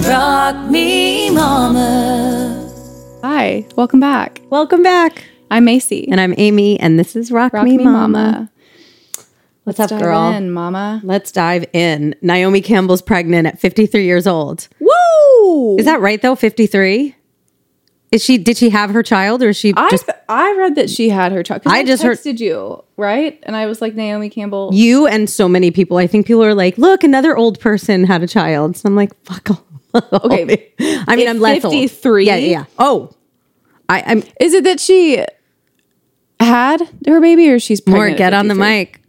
Got me, mama. Hi, welcome back. Welcome back. I'm Macy. And I'm Amy, and this is Rock, Me, Mama. What's Let's up, dive girl? in, Mama. Let's dive in. Naomi Campbell's pregnant at 53 years old. Woo! Is that right though? 53? Is she did she have her child or is she I just I read that she had her child. 'cause I just heard- texted you right, and I was like Naomi Campbell. you and so many people? I think people are like, look, another old person had a child. So I'm like, fuck off. Okay. I mean, At I'm less old. 53? Yeah, yeah, yeah. Oh. I, I'm Is it that she had her baby, or she's more pregnant at get on the 53? mic.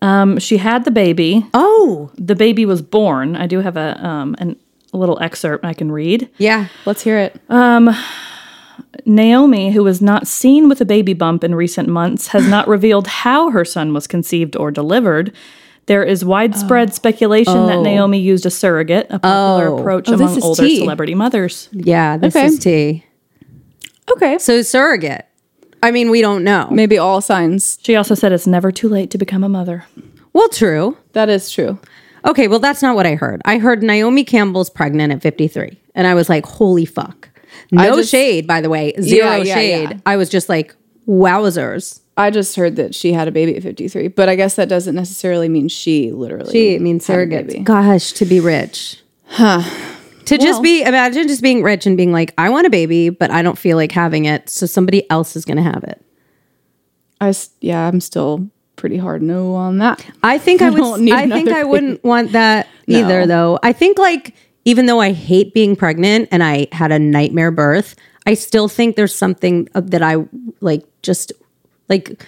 Um, she had the baby. Oh. The baby was born. I do have a um an, a little excerpt I can read. Yeah. Let's hear it. Uh, Naomi, who was not seen with a baby bump in recent months, has not revealed how her son was conceived or delivered. There is widespread speculation that Naomi used a surrogate, a popular approach Oh. Oh, this among is older tea. celebrity mothers. Yeah. This Okay. is tea. okay, So surrogate. I mean, we don't know. maybe all signs. She also said it's never too late to become a mother. Well, true. That is true. Okay, well, that's not what I heard. I heard Naomi Campbell's pregnant at 53. And I was like, holy fuck. No just- shade, by the way. Zero Yeah, yeah, shade. yeah. I was just like, wowzers. I just heard that she had a baby at 53, but I guess that doesn't necessarily mean she literally. Gee, it means had a surrogates. baby. Gosh, to be rich. Huh. To just be, imagine just being rich and being like, I want a baby, but I don't feel like having it. So somebody else is going to have it. I s- yeah, I'm still pretty hard no on that. I think I, don't would. need I think another I wouldn't want that either, though. I think like even though I hate being pregnant and I had a nightmare birth, I still think there's something of- that I like. Just like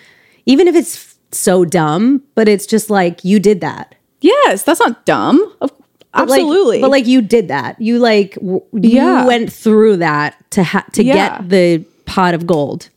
even if it's f- so dumb, but it's just like you did that. Yes, that's not dumb. Of, uh, But, like- absolutely. but like you did that. You like w- you Yeah. went through that to ha- to Yeah. get the pot of gold.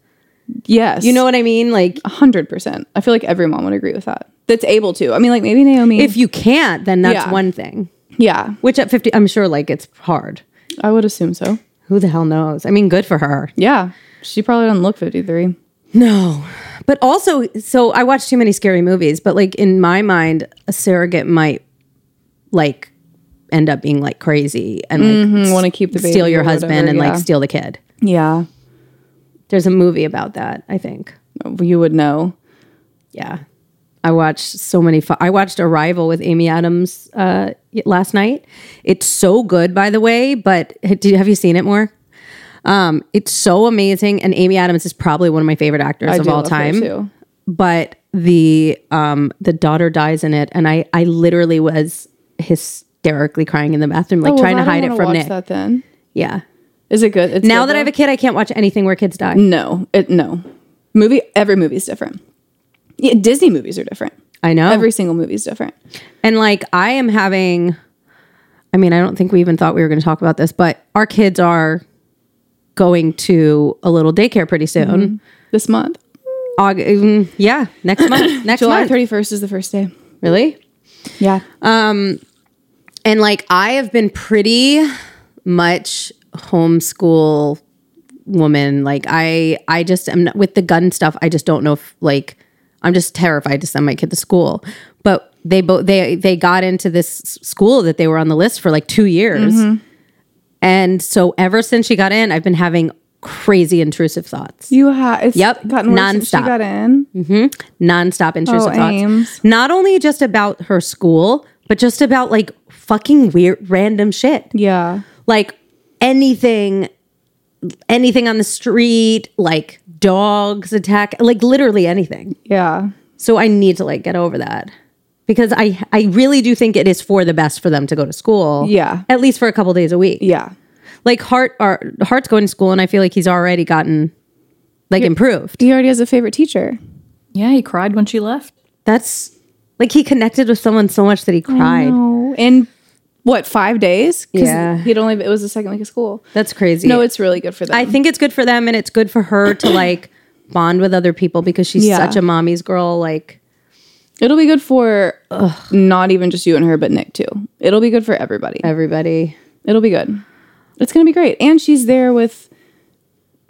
yes, You know what I mean? Like a hundred percent. I feel like every mom would agree with that. That's able to. I mean, like maybe Naomi. if you can't, then that's Um, Yeah. one thing. yeah, Which at fifty, I'm sure like it's hard. I would assume so. Who the hell knows? I mean, good for her. Yeah, she probably doesn't look 53. No. But also, so I watch too many scary movies, but like in my mind, a surrogate might like end up being like crazy and like Want to keep the Mm-hmm. baby steal your or husband whatever, and like yeah. steal the kid. yeah, There's a movie about that, I think. you would know. Yeah. I watched so many. Fu- I watched Arrival with Amy Adams uh, y- last night. It's so good, by the way. But ha- did, have you seen it more? Um, it's so amazing, and Amy Adams is probably one of my favorite actors I of do all love her, time. too. But the um, the daughter dies in it, and I I literally was hysterically crying in the bathroom, like Oh, Well, trying to I don't hide it wanna from watch Nick. That then Yeah. is it good? It's Now good that I though? have a kid, I can't watch anything where kids die. No, it no. Movie every movie's different. Yeah, Disney movies are different. I know. Every single movie's different. And like I am having I mean, I don't think we even thought we were going to talk about this, but our kids are going to a little daycare pretty soon. This month, Aug mm, yeah, next month. Next Mm-hmm. July month. thirty first is the first day. really? Yeah, And like I have been pretty much homeschool woman. Like I I just am not, with the gun stuff, I just don't know if like I'm just terrified to send my kid to school. But they both they they got into this s- school that they were on the list for like 2 years. Mm-hmm. And so ever since she got in, I've been having crazy intrusive thoughts. you have. It's Yep, gotten worse since she nonstop. got Mm-hmm. in. Nonstop intrusive Oh, thoughts. Ames. Not only just about her school, but just about like fucking weird random shit. Yeah, like anything anything on the street like dogs attack like literally anything yeah. so i need to like get over that because i i really do think it is for the best for them to go to school Yeah. at least for a couple days a week Yeah. like hart are hart's going to school and i feel like he's already gotten like improved He already has a favorite teacher. Yeah, he cried when she left. that's like he connected with someone so much that he cried No. In what, five days? 'Cause Yeah. He'd only, it was the second week of school. that's crazy No, it's really good for them. I think it's good for them and it's good for her to like bond with other people because she's Yeah. such a mommy's girl. Like, It'll be good for not even just you and her, but Nick too. It'll be good for everybody. everybody. It'll be good. It's gonna be great. And she's there with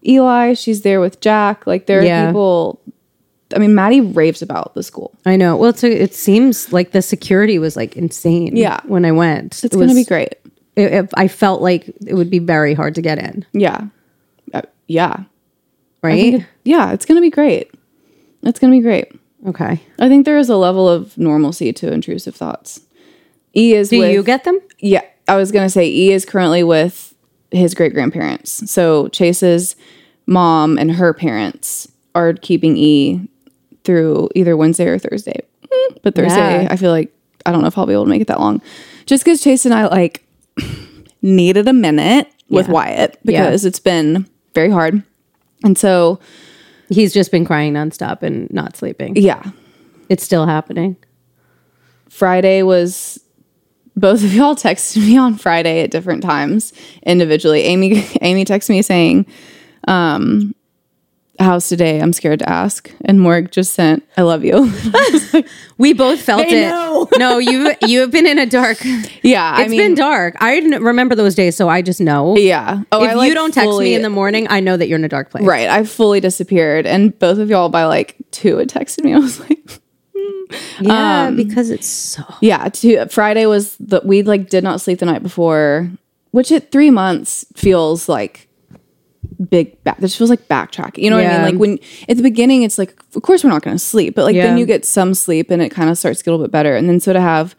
Eli. She's there with Jack. Like there are Yeah. people. I mean, Maddie raves about the school. I know. Well, it's a, it seems like the security was like insane. Yeah. When I went, It's gonna be great. It, it- I felt like it would be very hard to get in, Yeah. Uh, yeah. right? Yeah. It's going to be great. It's going to be great. Okay. I think there is a level of normalcy to intrusive thoughts. E is Do with, you get them? Yeah, I was gonna say E is currently with his great grandparents. So Chase's mom and her parents are keeping E through either Wednesday or Thursday. Mm, But Thursday, Yeah. I feel like I don't know if I'll be able to make it that long. Just because Chase and I like needed a minute with Yeah. Wyatt Yeah. because it's been very hard. And so He's just been crying nonstop and not sleeping. yeah, It's still happening. Friday was both of y'all texted me on Friday at different times individually. Amy Amy texted me saying, um, how's today? I'm scared to ask. And Morg just sent, I love you. We both felt I it. know. no, you you have been in a dark. It's yeah. I mean, been dark. I didn't remember those days, so I just know. yeah. Oh, if like, you don't text fully- me in the morning, I know that you're in a dark place. Right. I fully disappeared. And both of y'all by like two had texted me. I was like, Yeah, because it's so. yeah. Two, Friday was the, we like did not sleep the night before, which at three months feels like big back this feels like backtracking you know what i Yeah. mean like when at the beginning it's like of course we're not going to sleep but like then Yeah. you get some sleep and it kind of starts to get a little bit better and then so to have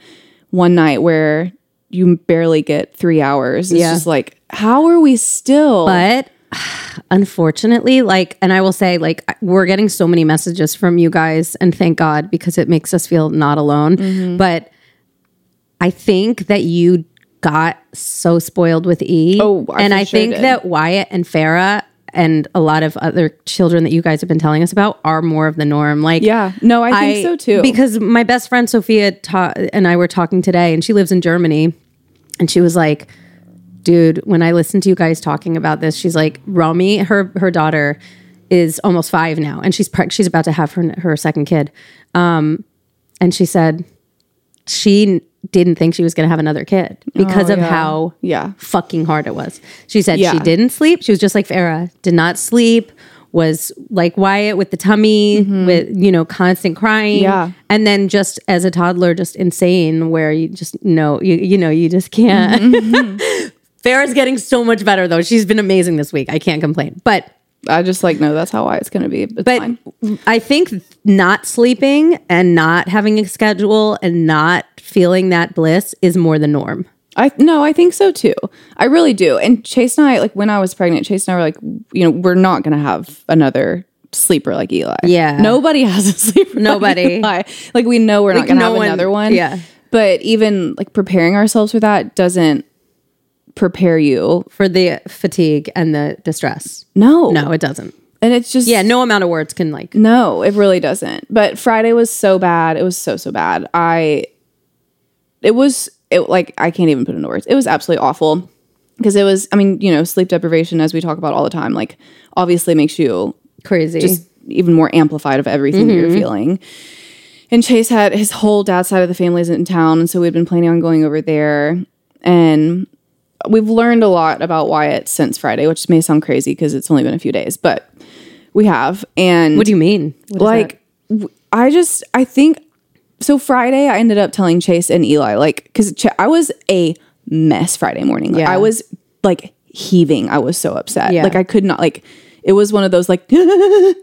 one night where you barely get three hours it's Yeah. just like how are we still But unfortunately, like, and I will say, like, we're getting so many messages from you guys, and thank God because it makes us feel not alone. Mm-hmm. But I think that you got so spoiled with E. Oh, I and for I sure think did. that Wyatt and Farah and a lot of other children that you guys have been telling us about are more of the norm. Like, yeah no i think so too because my best friend Sophia ta- and I were talking today, and she lives in Germany, and she was like, "Dude, when I listen to you guys talking about this, she's like, Romy, her her daughter is almost five now, and she's preg- she's about to have her her second kid, um, and she said she didn't think she was going to have another kid because Oh, of yeah. how yeah fucking hard it was. She said Yeah. she didn't sleep. She was just like Farah, did not sleep, was like Wyatt with the tummy, with, you know, constant crying. Mm-hmm. Yeah. And then just as a toddler, just insane where you just know, you, you know, you just can't. Mm-hmm. Farah's getting so much better though. She's been amazing this week. I can't complain. But i just like no that's how why it's going to be it's but fine. I think not sleeping and not having a schedule and not feeling that bliss is more the norm. I no, I think so too. I really do. And Chase and I, like when I was pregnant, Chase and I were like, you know, we're not gonna have another sleeper like Eli. Yeah. nobody has a sleeper. Nobody. like, Eli. like we know we're not Like, gonna no have one- another one. yeah. but even like preparing ourselves for that doesn't prepare you. For the fatigue and the distress. No, No, it doesn't. and it's just Yeah, no amount of words can like. No, it really doesn't. But Friday was so bad. It was so so bad. I it was it like I can't even put into words. It was absolutely awful because it was I mean, you know, sleep deprivation as we talk about all the time like obviously makes you Crazy. just even more amplified of everything that you're feeling. And Chase had his whole dad's side of the family isn't in town, and so we'd been planning on going over there. And we've learned a lot about Wyatt since Friday, which may sound crazy because it's only been a few days, but we have. And what do you mean? What is like w- i just i think so friday i ended up telling chase and eli like because Ch- i was a mess friday morning like, Yeah. i was like heaving i was so upset Yeah. like i could not like it was one of those like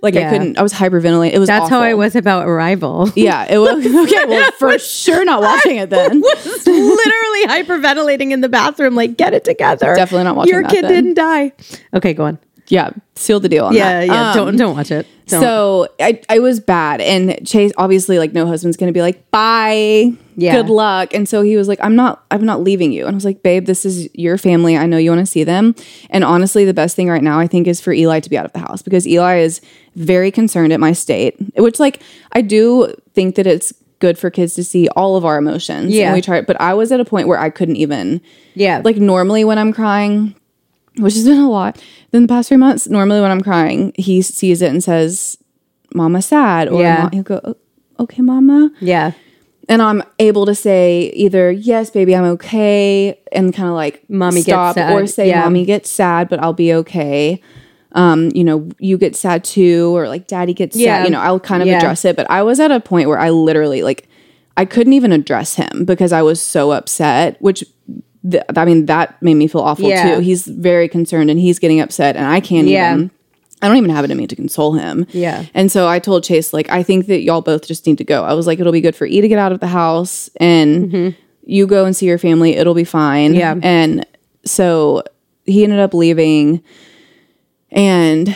like i Yeah. couldn't i was hyperventilating it was that? that's how I awful. was about Arrival. yeah it was okay well for sure not watching it then was literally hyperventilating in the bathroom. Like, get it together. Definitely not watching Your that kid then. didn't die. Okay, go on. yeah seal the deal on Yeah, that. yeah. Um, don't don't watch it. Don't. So I, I was bad. And Chase, obviously, like, no husband's going to be like, bye. Yeah. Good luck. And so he was like, I'm not, I'm not leaving you. And I was like, babe, this is your family. I know you want to see them. And honestly, the best thing right now, I think, is for Eli to be out of the house because Eli is very concerned at my state, which, like, I do think that it's good for kids to see all of our emotions. Yeah. And we try, but I was at a point where I couldn't even, yeah, like, normally when I'm crying, which has been a lot in the past three months. Normally, when I'm crying, he sees it and says, "Mama's sad," or Yeah. "Ma-" he'll go, "Oh, "Okay, Mama," yeah, and I'm able to say either "Yes, baby, I'm okay," and kind of like Mommy gets stop, sad. or say Yeah. "Mommy gets sad, but I'll be okay." Um, you know, you get sad too, or like Daddy gets Yeah. sad. You know, I'll kind of Yeah. address it, but I was at a point where I literally like I couldn't even address him because I was so upset, which th- I mean, that made me feel awful Yeah. too. He's very concerned and he's getting upset, and I can't Yeah. even. I don't even have it in me to console him. Yeah. And so I told Chase, like, I think that y'all both just need to go. I was like, it'll be good for E to get out of the house and you go and see your family. It'll be fine. Mm-hmm. Yeah. And so he ended up leaving. And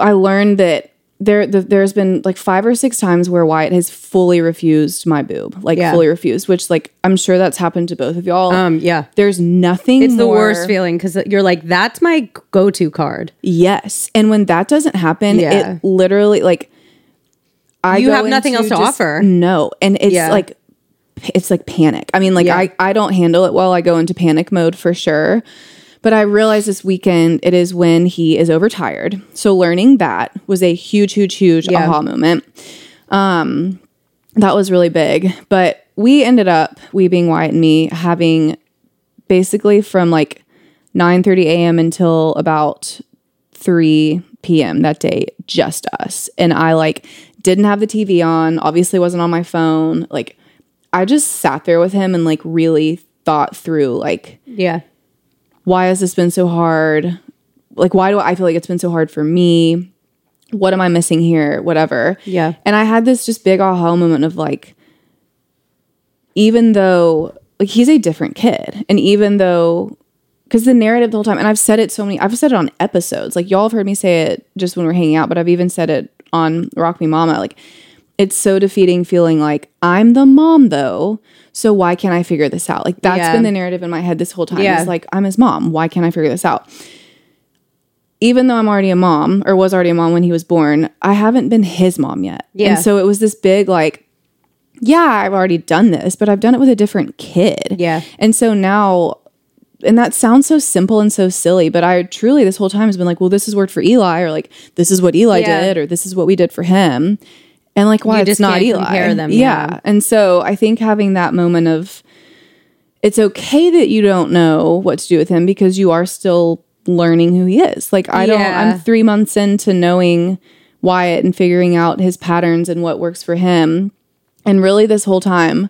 I learned that there the, there's been like five or six times where Wyatt has fully refused my boob, like Yeah. fully refused, which like I'm sure that's happened to both of y'all. Um, yeah. there's nothing. It's the more- worst feeling because you're like, that's my go to card. Yes, and when that doesn't happen, Yeah. it literally like I You go have nothing into else to offer. No, and it's Yeah. like p- it's like panic. I mean, like Yeah. I I don't handle it well. I go into panic mode for sure. But I realized this weekend it is when he is overtired. So learning that was a huge, huge, huge Yeah. aha moment. Um, that was really big. But we ended up, we being Wyatt and me, having basically from like 9:30 a.m. until about 3 p.m. that day, just us. And I like didn't have the TV on, obviously wasn't on my phone. Like I just sat there with him and like really thought through like Yeah. why has this been so hard? Like, why do I feel like it's been so hard for me? What am I missing here? Whatever. Yeah. And I had this just big aha moment of like, even though, like, he's a different kid. And even though, because the narrative the whole time, and I've said it so many, I've said it on episodes. Like, y'all have heard me say it just when we're hanging out, but I've even said it on Rock Me Mama. Like, it's so defeating feeling like I'm the mom though. So why can't I figure this out? Like, that's Yeah. been the narrative in my head this whole time. Yeah. It's like, I'm his mom. Why can't I figure this out? Even though I'm already a mom or was already a mom when he was born, I haven't been his mom yet. Yeah. And so it was this big, like, yeah, I've already done this, but I've done it with a different kid. Yeah. And so now, and that sounds so simple and so silly, but I truly this whole time has been like, well, this has worked for Eli, or like, this is what Eli Yeah. did, or this is what we did for him. And like, why You it's just not can't Eli. compare them, yeah. yeah. And so I think having that moment of it's okay that you don't know what to do with him because you are still learning who he is. Like I don't Yeah. I'm 3 months into knowing Wyatt and figuring out his patterns and what works for him. And really this whole time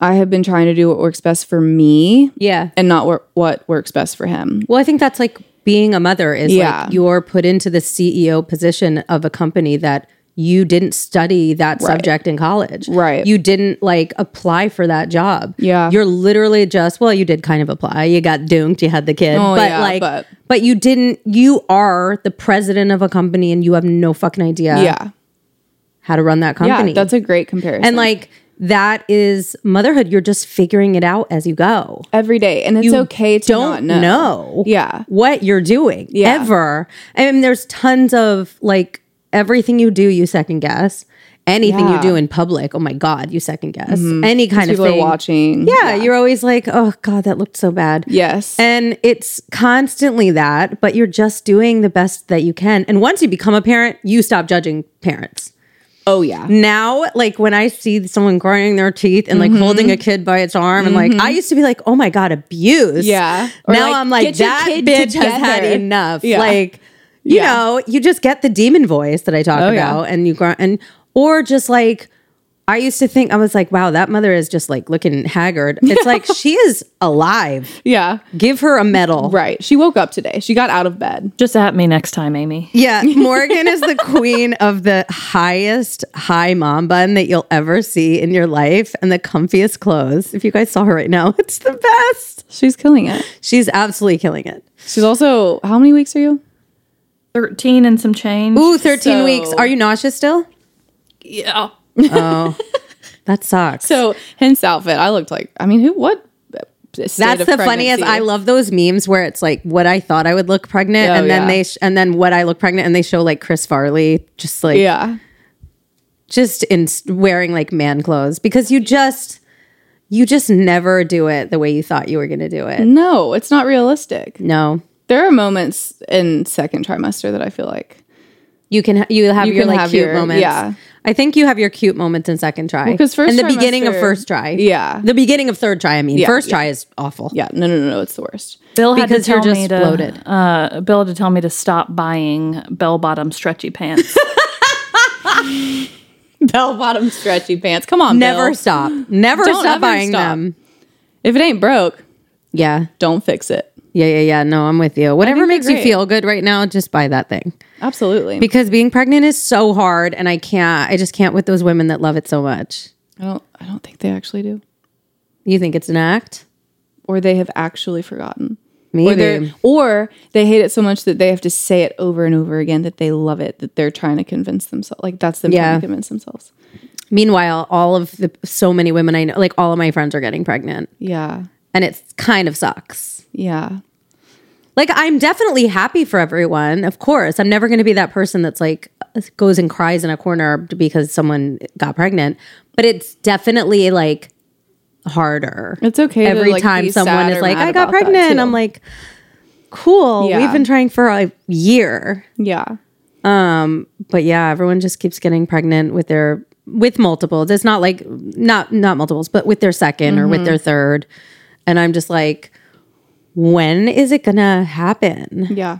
I have been trying to do what works best for me Yeah. and not wor- what works best for him. Well, I think that's like being a mother is Yeah. like you're put into the CEO position of a company that you didn't study that subject in college. Right. You didn't like apply for that job. Yeah. You're literally just, well, you did kind of apply. You got dunked, you had the kid. Oh, but yeah, like but- but. you didn't you are the president of a company and you have no fucking idea Yeah. how to run that Yeah, company. that's a great comparison. and like that is motherhood. You're just figuring it out as you go every day and it's you okay to don't not know. Yeah. what you're doing Yeah. ever. I mean, there's tons of like everything you do, you second guess. Anything Yeah. Mm-hmm. you do in public, oh my god, you second guess. Any kind of People thing. are watching. Yeah, you're always like, oh god, that looked so bad. Yes. And it's constantly that, but you're just doing the best that you can. And once you become a parent, you stop judging parents oh yeah. now like when i see someone grinding their teeth and like holding Mm-hmm. a kid by its arm and like i used to be like oh my god abuse Yeah. Or, now like, i'm like "Get your that kid bitch has had together." enough Yeah. like you Yeah. know you just get the demon voice that i talk Oh, yeah. about and you grind and or just like I used to think I was like, wow, that mother is just like looking haggard. It's like she is alive. Yeah. Give her a medal. Right. She woke up today. She got out of bed. Just at me next time, Amy. Yeah, Morgan is the queen of the highest high mom bun that you'll ever see in your life and the comfiest clothes. If you guys saw her right now, it's the best. She's killing it. She's absolutely killing it. She's also how many weeks are you? 13 and some change. Ooh, 13 So- weeks. Are you nauseous still? Oh. Yeah. That sucks. So hence the outfit. I looked like I mean who what That's the funniest. I love those memes where it's like what I thought I would look pregnant, Oh, and then yeah. they sh- and then what I look pregnant, and they show like Chris Farley just like Yeah. just in wearing like man clothes because you just you just never do it the way you thought you were going to do it. No, it's not realistic. No. There are moments in second trimester that I feel like You can ha- you have You your can like have cute your- moments. yeah. I think you have your cute moments in second try. 'cause first and the beginning of trimester- first try. Yeah. The beginning of third try, I mean. Yeah, first yeah. try is awful. yeah, no no no no, it's the worst. Bill had Because to tell you're just me to, bloated. Uh, Bill had to tell me to stop buying bell bottom stretchy pants. Bell bottom stretchy pants. Come on, Never Bill. stop. Never Don't stop ever buying stop. them. If it ain't broke, Yeah. don't fix it. Yeah, yeah, yeah. No, I'm with you. Whatever you're makes you great. feel good right now, just buy that thing. Absolutely. Because being pregnant is so hard and I can't I just can't with those women that love it so much. I don't I don't think they actually do. You think it's an act? Or they have actually forgotten. Or, Maybe. they're- or they hate it so much that they have to say it over and over again that they love it, that they're trying to convince themselves. Like that's them Yeah. trying to convince themselves. Meanwhile, all of the so many women I know, like all of my friends are getting pregnant Yeah. and it's kind of sucks. Yeah. Like I'm definitely happy for everyone, of course. I'm never going to be that person that's like goes and cries in a corner because someone got pregnant, but it's definitely like harder. It's okay to, Every like, time be someone sad is or like, mad "I got about that, pregnant," too. I'm like, "Cool, Yeah. we've been trying for a year." Yeah. Um, but yeah, everyone just keeps getting pregnant with their with multiples. It's not like not not multiples, but with their 2nd or Mm-hmm. with their third. And I'm just like, when is it gonna happen? Yeah.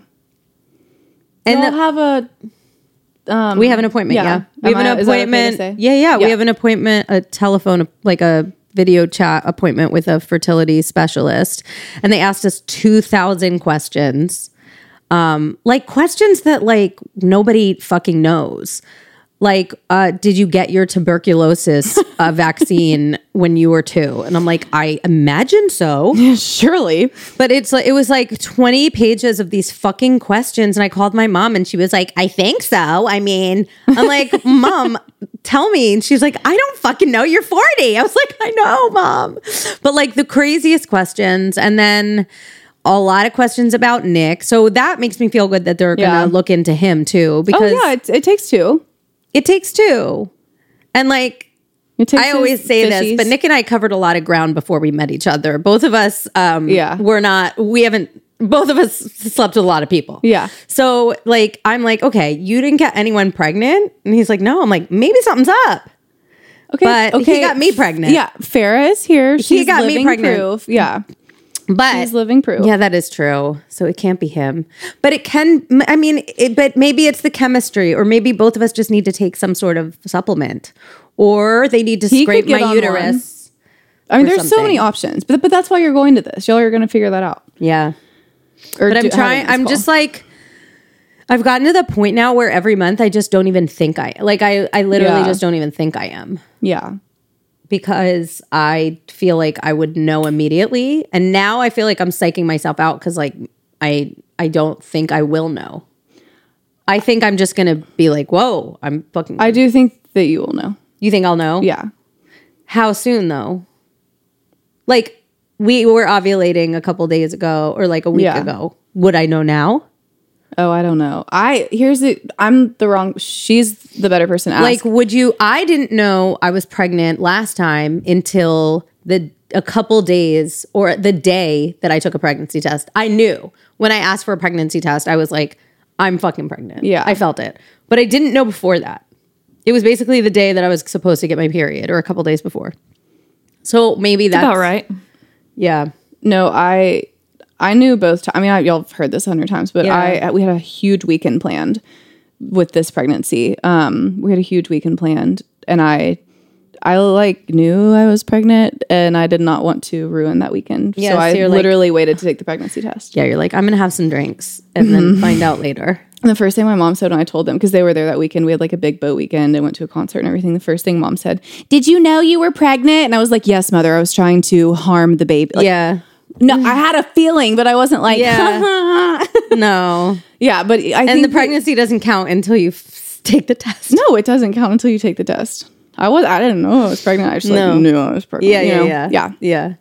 And And the- they'll have a um we have an appointment. Yeah, Yeah. we have Am an I- is that okay to appointment. say? yeah, yeah, we Yeah. have an appointment, a telephone, like a video chat appointment with a fertility specialist, and they asked us two thousand questions, um, like questions that like nobody fucking knows. Like, uh, did you get your tuberculosis uh, vaccine when you were two? And I'm like, I imagine so. surely. But it's like it was like 20 pages of these fucking questions. And I called my mom and she was like, I think so. I mean, I'm like, Mom, tell me. And she's like, I don't fucking know. You're 40. I was like, I know, mom. But like the craziest questions. And then a lot of questions about Nick. So that makes me feel good that they're Yeah. gonna look into him too. Oh Because yeah, it, it takes two. it takes two. And like It takes I always two say fishies. this, but Nick and I covered a lot of ground before we met each other. Both of us, um, Yeah. we're not, we haven't, both of us slept with a lot of people. Yeah. So, like, I'm like, okay, you didn't get anyone pregnant? And he's like, no. I'm like, maybe something's up. Okay, but he got me pregnant. Yeah, Farah is here. She's got me living pregnant. Proof. Yeah, But she's living proof. Yeah, that is true. So it can't be him. But it can, I mean, it, but maybe it's the chemistry, or maybe both of us just need to take some sort of supplement, or they need to He could scrape get my on uterus. I mean, or there's so something. many options, but but that's why you're going to this. Y'all are going to figure that out. Yeah. Or but do- I'm having trying. this I'm call. just like, I've gotten to the point now where every month I just don't even think I like. I I literally Yeah. just don't even think I am yeah, because I feel like I would know immediately, and now I feel like I'm psyching myself out because like I I don't think I will know. I think I'm just gonna be like, whoa, I'm fucking. I do think that you will know. you think I'll know? Yeah, How soon though? Like we were ovulating a couple days ago, or like a week Yeah. ago. Would I know now? Oh, I don't know. I here's the I'm the wrong. She's the better person. To ask. like would you i didn't know i was pregnant last time until the a couple days or the day that i took a pregnancy test i knew when i asked for a pregnancy test i was like i'm fucking pregnant Yeah. i felt it but i didn't know before that it was basically the day that i was supposed to get my period or a couple days before so maybe that's About right. yeah no, I I knew both. T- I mean, I, y'all have heard this a hundred times, but Yeah. I we had a huge weekend planned with this pregnancy. Um, we had a huge weekend planned, and I I like knew I was pregnant, and I did not want to ruin that weekend. Yeah, so so I you're like- literally waited to take the pregnancy test. yeah you're like i'm gonna have some drinks and Mm-hmm. then find out later And the first thing my mom said when I told them, because they were there that weekend, we had like a big boat weekend and went to a concert and everything. The first thing mom said, Did you know you were pregnant? And I was like, Yes, mother. I was trying to harm the baby. Like, yeah No, I had a feeling, but I wasn't like, yeah no Yeah, but I think. and the that- pregnancy doesn't count until you f- take the test no, it doesn't count until you take the test. I was, I didn't know I was pregnant. I just No. like knew I was pregnant. yeah, you yeah, know? yeah, Yeah. yeah.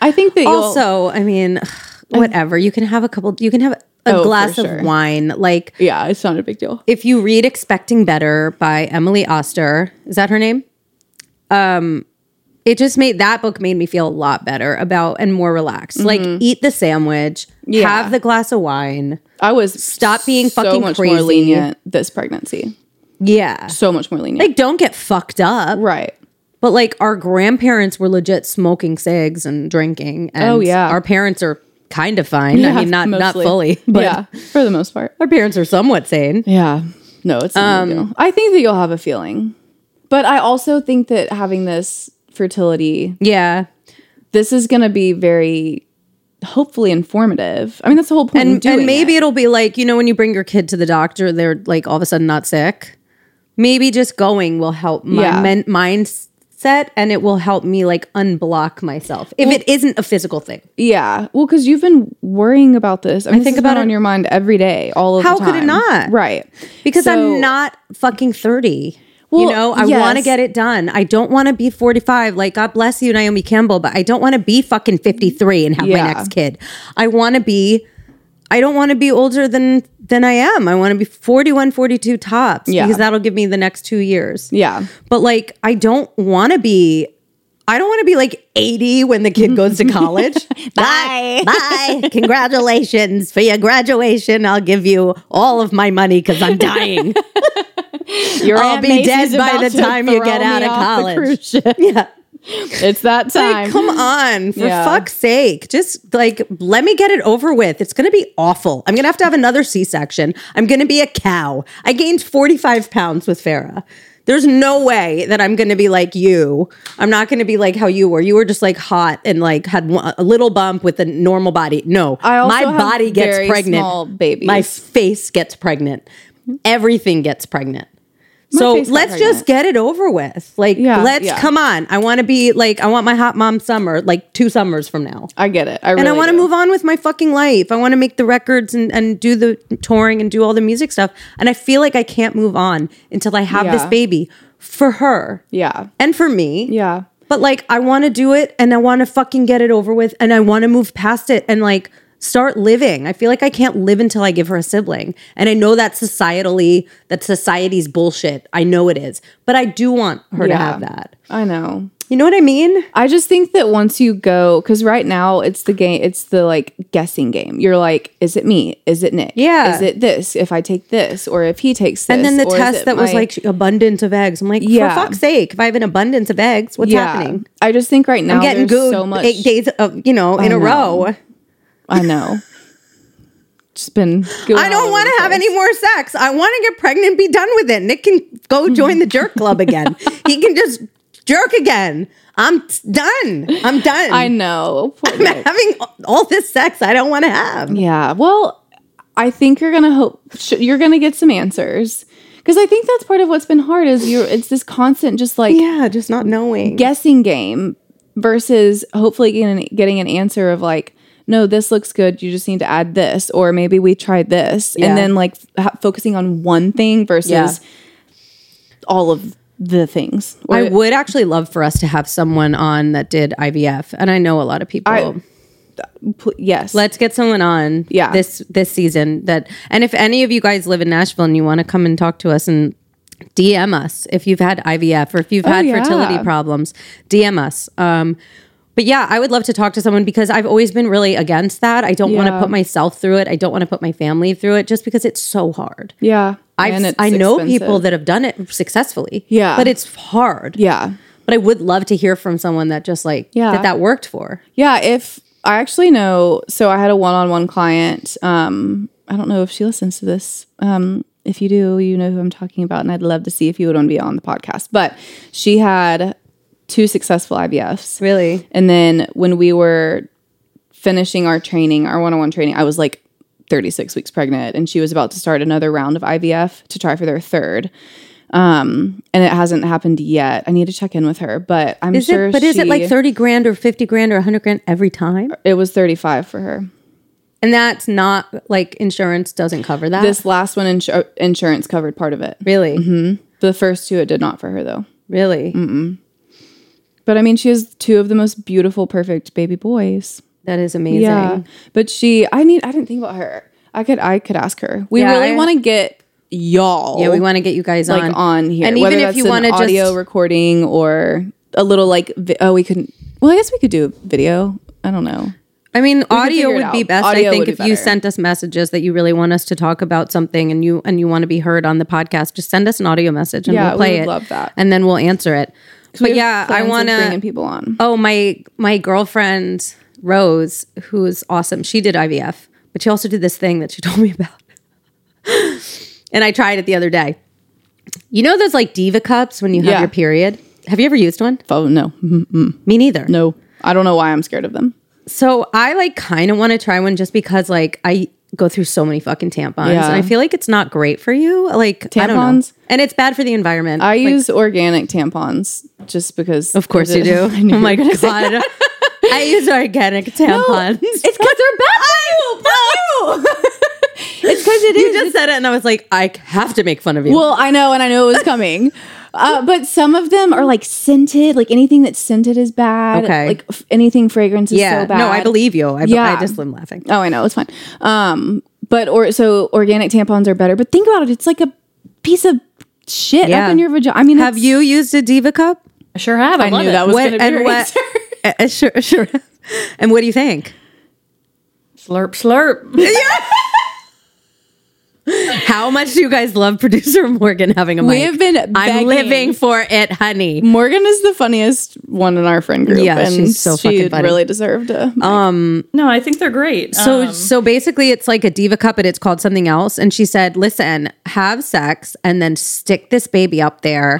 I think that you'll- Also, I mean, whatever. You can have a couple. You can have a Oh, for glass of sure. wine. Like yeah, it's not a big deal. if you read "Expecting Better" by Emily Oster, is that her name? Um, it just made that book made me feel a lot better about and more relaxed. Mm-hmm. Like eat the sandwich, have the glass of wine. I was Stop being so fucking much crazy. more lenient this pregnancy. Yeah, So much more lenient. like don't get fucked up. right. But like our grandparents were legit smoking cigs and drinking. And Oh, yeah. our parents are kind of fine. I mean, not not mostly. fully, but yeah, for the most part. our parents are somewhat sane. Yeah. No, it's not a big deal. I think that you'll have a feeling. But I also think that having this fertility Yeah. this is going to be very hopefully informative. I mean, that's the whole point. of and doing and maybe it. it'll be like you know when you bring your kid to the doctor, they're like all of a sudden not sick. Maybe just going will help my Yeah. men- mindset, and it will help me like unblock myself if it isn't a physical thing. yeah. Well, because you've been worrying about this. I mean, think about it on your mind every day, all of How the could time. it not? Right. because So- I'm not fucking 30. Well, you know, I yes. want to get it done. I don't want to be 45. Like, God bless you, Naomi Campbell, but I don't want to be fucking 53 and have Yeah. my next kid. I want to be, I don't want to be older than than I am. I want to be 41, 42 tops Yeah. because that'll give me the next two years. Yeah. But like, I don't want to be, I don't want to be like 80 when the kid goes to college. bye. Bye. Congratulations for your graduation. I'll give you all of my money because I'm dying. Your I'll Aunt be Macy's dead by about the to time you throw get me out of off the college. cruise ship. yeah. It's that time. Like, come on, for Yeah. fuck's sake. Just like, let me get it over with. It's going to be awful. I'm going to have to have another C section. I'm going to be a cow. I gained 45 pounds with Farah. There's no way that I'm going to be like you. I'm not going to be like how you were. You were just like hot and like had one- a little bump with a normal body. No, I also my have body gets very pregnant. small babies. My face gets pregnant. Everything gets pregnant. so face got let's just get it over with. Like, Yeah, let's yeah. come on. I want to be like, I want my hot mom summer, like two summers from now. I get it. I really and I want to do. move on with my fucking life. I want to make the records and, and do the touring and do all the music stuff. And I feel like I can't move on until I have this Yeah. baby for her Yeah. and for me. Yeah. But like, I want to do it and I want to fucking get it over with and I want to move past it and like start living. I feel like I can't live until I give her a sibling. And I know that's societally, that society's bullshit. I know it is. But I do want her to Yeah. have that. I know. You know what I mean? I just think that once you go, because right now it's the game, it's the like guessing game. You're like, is it me? Is it Nick? Yeah. Is it this? If I take this, or if he takes this, And then the or is test it that was my- like abundance of eggs. I'm like, Yeah. for fuck's sake, if I have an abundance of eggs, what's happening? I just think right now I'm getting there's good so much. eight days of, you know, in a know. row. I know. Just been. I don't want to have any more sex. I want to get pregnant and be done with it. Nick can go join the jerk club again. he can just jerk again. I'm t- done. I'm done. I I'm know. Poor Nick. having all this sex I don't want to have. Yeah. Well, I think you're gonna hope sh- you're gonna get some answers because I think that's part of what's been hard is you. are It's this constant, just like Yeah, just not knowing. guessing game versus hopefully getting getting an answer of like no this looks good you just need to add this or maybe we tried this Yeah. and then like f- ha- focusing on one thing versus Yeah. all of the things Or- I would actually love for us to have someone on that did IVF, and I know a lot of people. pl- yes Let's get someone on Yeah. this this season that and if any of you guys live in Nashville and you want to come and talk to us and DM us if you've had IVF or if you've had Oh, yeah. fertility problems, DM us. Um but yeah, I would love to talk to someone because I've always been really against that. I don't want to Yeah. put myself through it. I don't want to put my family through it just because it's so hard. yeah And I it's I know people expensive. that have done it successfully. Yeah. But it's hard. yeah But I would love to hear from someone that just like Yeah. that that worked for. Yeah, if I actually know, so I had a one-on-one client. Um, I don't know if she listens to this. Um, if you do, you know who I'm talking about, and I'd love to see if you would want to be on the podcast. But she had two successful IVFs, Really? and then when we were finishing our training, our one-on-one training, I was like 36 weeks pregnant, and she was about to start another round of IVF to try for their third. Um, and it hasn't happened yet. I need to check in with her, but I'm Is sure. it, but is it like she- 30 grand or 50 grand or 100 grand every time? It was 35 for her. And that's not like insurance doesn't cover that. This Mm-hmm. last one, insu- insurance covered part of it. really, The first two, it did not for her though. really, But I mean, she has two of the most beautiful, perfect baby boys. that is amazing. But she, I need, I didn't think about her. I could, I could ask her. We Yeah, really I- want to get y'all. Yeah, we want to get you guys like on on, here. And whether even if that's you an want to just audio recording or a little like, vi- oh, we couldn't. Well, I guess we could do video. I don't know. I mean, audio figure it would be out. best. Audio I would think be if you better. sent us messages that you really want us to talk about something and you and you want to be heard on the podcast, just send us an audio message and Yeah, we we'll play would it. love that. and then we'll answer it. We But have yeah, I plans of want bringing to. people on. Oh my my girlfriend Rose, who is awesome. She did IVF, but she also did this thing that she told me about. and I tried it the other day. You know those like diva cups when you have Yeah. your period? Have you ever used one? Oh no, Me neither. no. I don't know why I'm scared of them. So I like kind of want to try one just because like I go through so many fucking tampons Yeah. and I feel like it's not great for you. Like I don't know. Tampons? and it's bad for the environment. I Like, use organic tampons just because. of course you do. oh my god, I use organic tampons. It's because they're bad for you. Oh, it's because it you is. just said it, and I was like, I have to make fun of you. Well, I know, and I know it was coming. Uh, but some of them are like scented. Like anything that's scented is bad. Okay. Like f- anything fragrance is yeah, so bad. no, I believe you. I, yeah. Yeah. I just am laughing. Oh, I know it's fine. Um, but or so organic tampons are better. But think about it; it's like a piece of shit Yeah. up in your vagina. I mean, Have it's- you used a diva cup? I sure have. I, love knew it. that was- gonna be your uh, uh, sure, sure. And what do you think? slurp slurp. How much do you guys love producer Morgan having a mic? We have been. begging. I'm living for it, honey. Morgan is the funniest one in our friend group. Yeah, and she's so she fucking funny. Uh, really deserved a. No, I think they're great. So Um, so basically it's like a diva cup but it's called something else and she said, "Listen, have sex and then stick this baby up there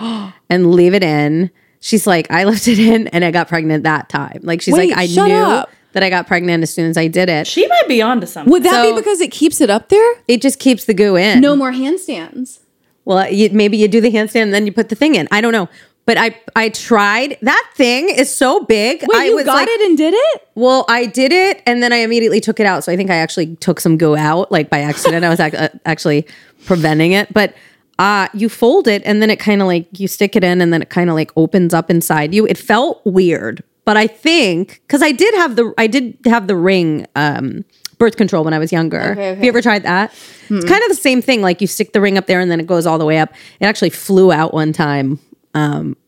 and leave it in." She's like, "I left it in and I got pregnant that time." Like she's Wait, like, "I shut knew up. that I got pregnant as soon as I did it." she might be onto something. Would that So- be because it keeps it up there? It just keeps the goo in. No more handstands. Well, you, maybe you do the handstand and then you put the thing in. I don't know. But I I tried. That thing is so big. Wait, I you got like, it and did it? Well, I did it, and then I immediately took it out. So I think I actually took some goo out, like by accident. I was ac- uh, actually preventing it, but uh, you fold it, and then it kind of like you stick it in, and then it kind of like opens up inside you. It felt weird, but I think because I did have the I did have the ring um, birth control when I was younger. Have okay. you ever tried that? It's kind of the same thing. Like you stick the ring up there, and then it goes all the way up. It actually flew out one time. Um,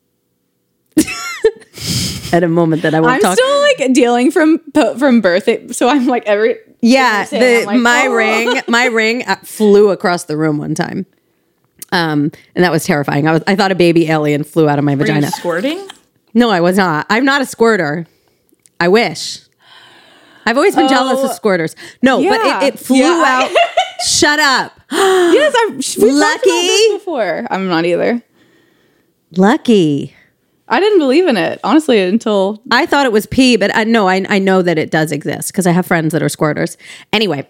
at a moment that I won't I'm talk. still like dealing from po- from birth, it, so I'm like every Yeah, you're saying, the, I'm like, my "Oh." ring, my ring uh, flew across the room one time, um, and that was terrifying. I was, I thought a baby alien flew out of my Were you vagina. squirting? No, I was not. I'm not a squirter. I wish. I've always been jealous of squirters. No, Oh. Yeah. but it, it flew Yeah, I- out. Shut up. Yes, I'm we've talked about this Lucky. before. I'm not either. Lucky. I didn't believe in it honestly until I thought it was pee, but I no, I, I know that it does exist because I have friends that are squirters. Anyway,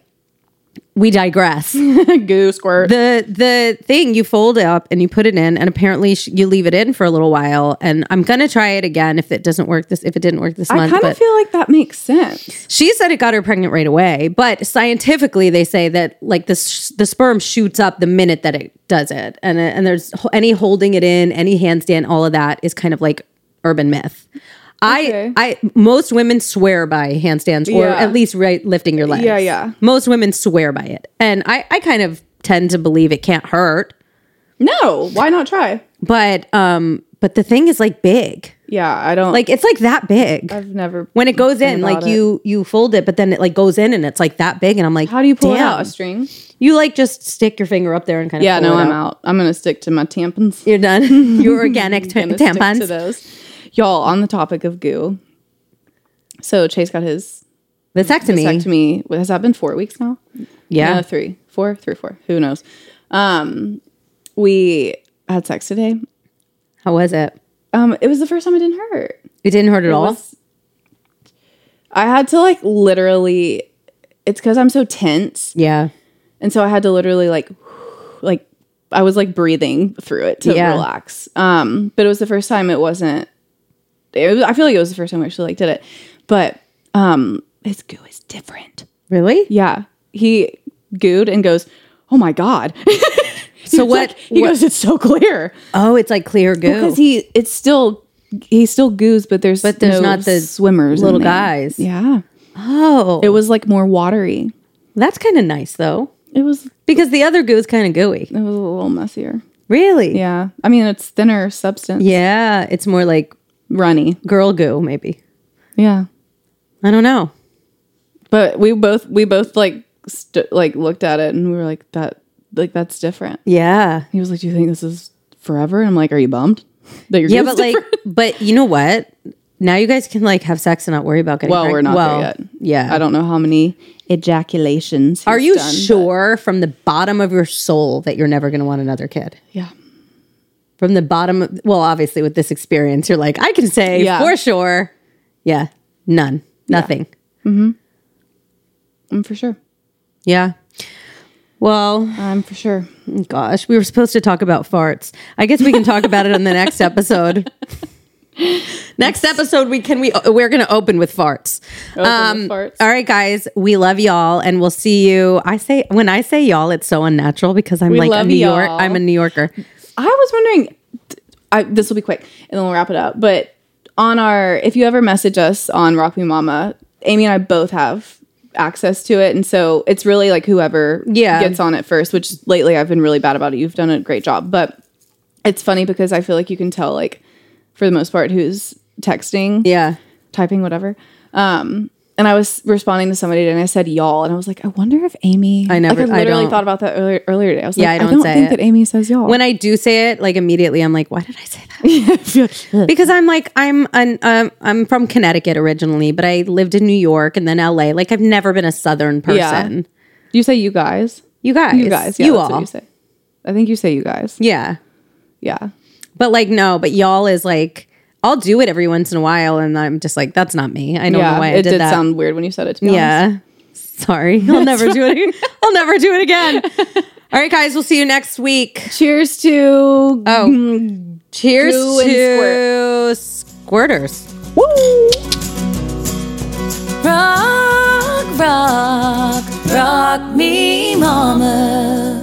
we digress. goo squirt. the the thing you fold it up and you put it in and apparently sh- you leave it in for a little while and i'm gonna try it again if it doesn't work this if it didn't work this I month kind but of feel like that makes sense. she said it got her pregnant right away but scientifically they say that like this the sperm shoots up the minute that it does it and uh, and there's ho- any holding it in any handstand all of that is kind of like urban myth Okay. I, I, most women swear by handstands or Yeah. at least right lifting your legs. Yeah, yeah. Most women swear by it, and I, I kind of tend to believe it can't hurt. No, why not try? but um but the thing is like big Yeah, I don't like it's like that big I've never when it goes in thinking like about you you fold it but then it like goes in and it's like that big and i'm like How do you pull it damn. out? A string? you like just stick your finger up there and kind of Yeah, pull no, it I'm out. out. I'm gonna stick to my tampons. you're done your organic t- I'm gonna stick to tampons those. Y'all on the topic of goo. So Chase got his vasectomy. vasectomy. Has that been four weeks now? yeah No, three, four, three, four. Who knows? Um, we had sex today. how was it Um, it was the first time it didn't hurt. it didn't hurt at all was- I had to like literally. It's because I'm so tense, yeah and so I had to literally like, like I was like breathing through it to Yeah. relax. Um, but it was the first time it wasn't. It was, I feel like it was the first time we actually like did it, but um, his goo is different. really Yeah, he gooed and goes, "Oh my god." so what, he what- goes, it's so clear oh it's like clear goo because he it's still he still goos, but there's but there's not the swimmers in little there. guys. Yeah, oh it was like more watery. that's kind of nice though It was it because the other goo is kind of gooey was a little messier. really Yeah, I mean it's thinner substance, yeah it's more like runny. girl goo maybe Yeah, i don't know but we both we both like st- like looked at it and we were like that like that's different. yeah He was like, "Do you think this is forever?" And I'm like, "Are you bummed that you're Yeah, but like, but you know what? Now you guys can like have sex and not worry about getting. well, we're not pregnant. Well, there yet. Yeah. I don't know how many ejaculations. Are he's you done, but- sure from the bottom of your soul that you're never going to want another kid? Yeah. From the bottom, of, well, obviously with this experience, you're like, I can say Yeah. for sure. Yeah, None. Nothing. I'm for sure. Yeah. Well, I'm for sure. gosh, we were supposed to talk about farts. I guess we can talk about it on the next episode. next episode, we can we we're gonna open with farts. Um, with farts. All right, guys, we love y'all, and we'll see you. I say when I say y'all, it's so unnatural because I'm like a love New York. y'all. I'm a New Yorker. I was wondering. I, this will be quick, and then we'll wrap it up. But on our, if you ever message us on Rock Me Mama, Amy and I both have access to it, and so it's really like whoever Yeah. gets on it first. Which lately I've been really bad about it. You've done a great job, but it's funny because I feel like you can tell, like for the most part, who's texting Yeah. typing whatever. Um, and I was responding to somebody and I said y'all, and I was like, I wonder if Amy. I never- Like, I I literally don't. thought about that earlier earlier today. I was like, I I don't don't, say think it. that Amy says y'all. When I do say it, like immediately, I'm like, why did I say that? because I'm like, I'm an, um, I'm from Connecticut originally, but I lived in New York and then L.A. Like I've never been a Southern person. you say you guys, You guys, you guys, yeah, you that's all, what you say. I think you say you guys. yeah. Yeah, But like, no, but y'all is like, I'll do it every once in a while, and I'm just like, that's not me. I don't yeah. know why I it did, did that. sound weird when you said it. To me. yeah. Sorry, I'll never do it. I'll never do it again. all right, guys, we'll see you next week. Cheers to Oh, cheers Goo Mm, and to squirters. Rock, rock, rock me, mama.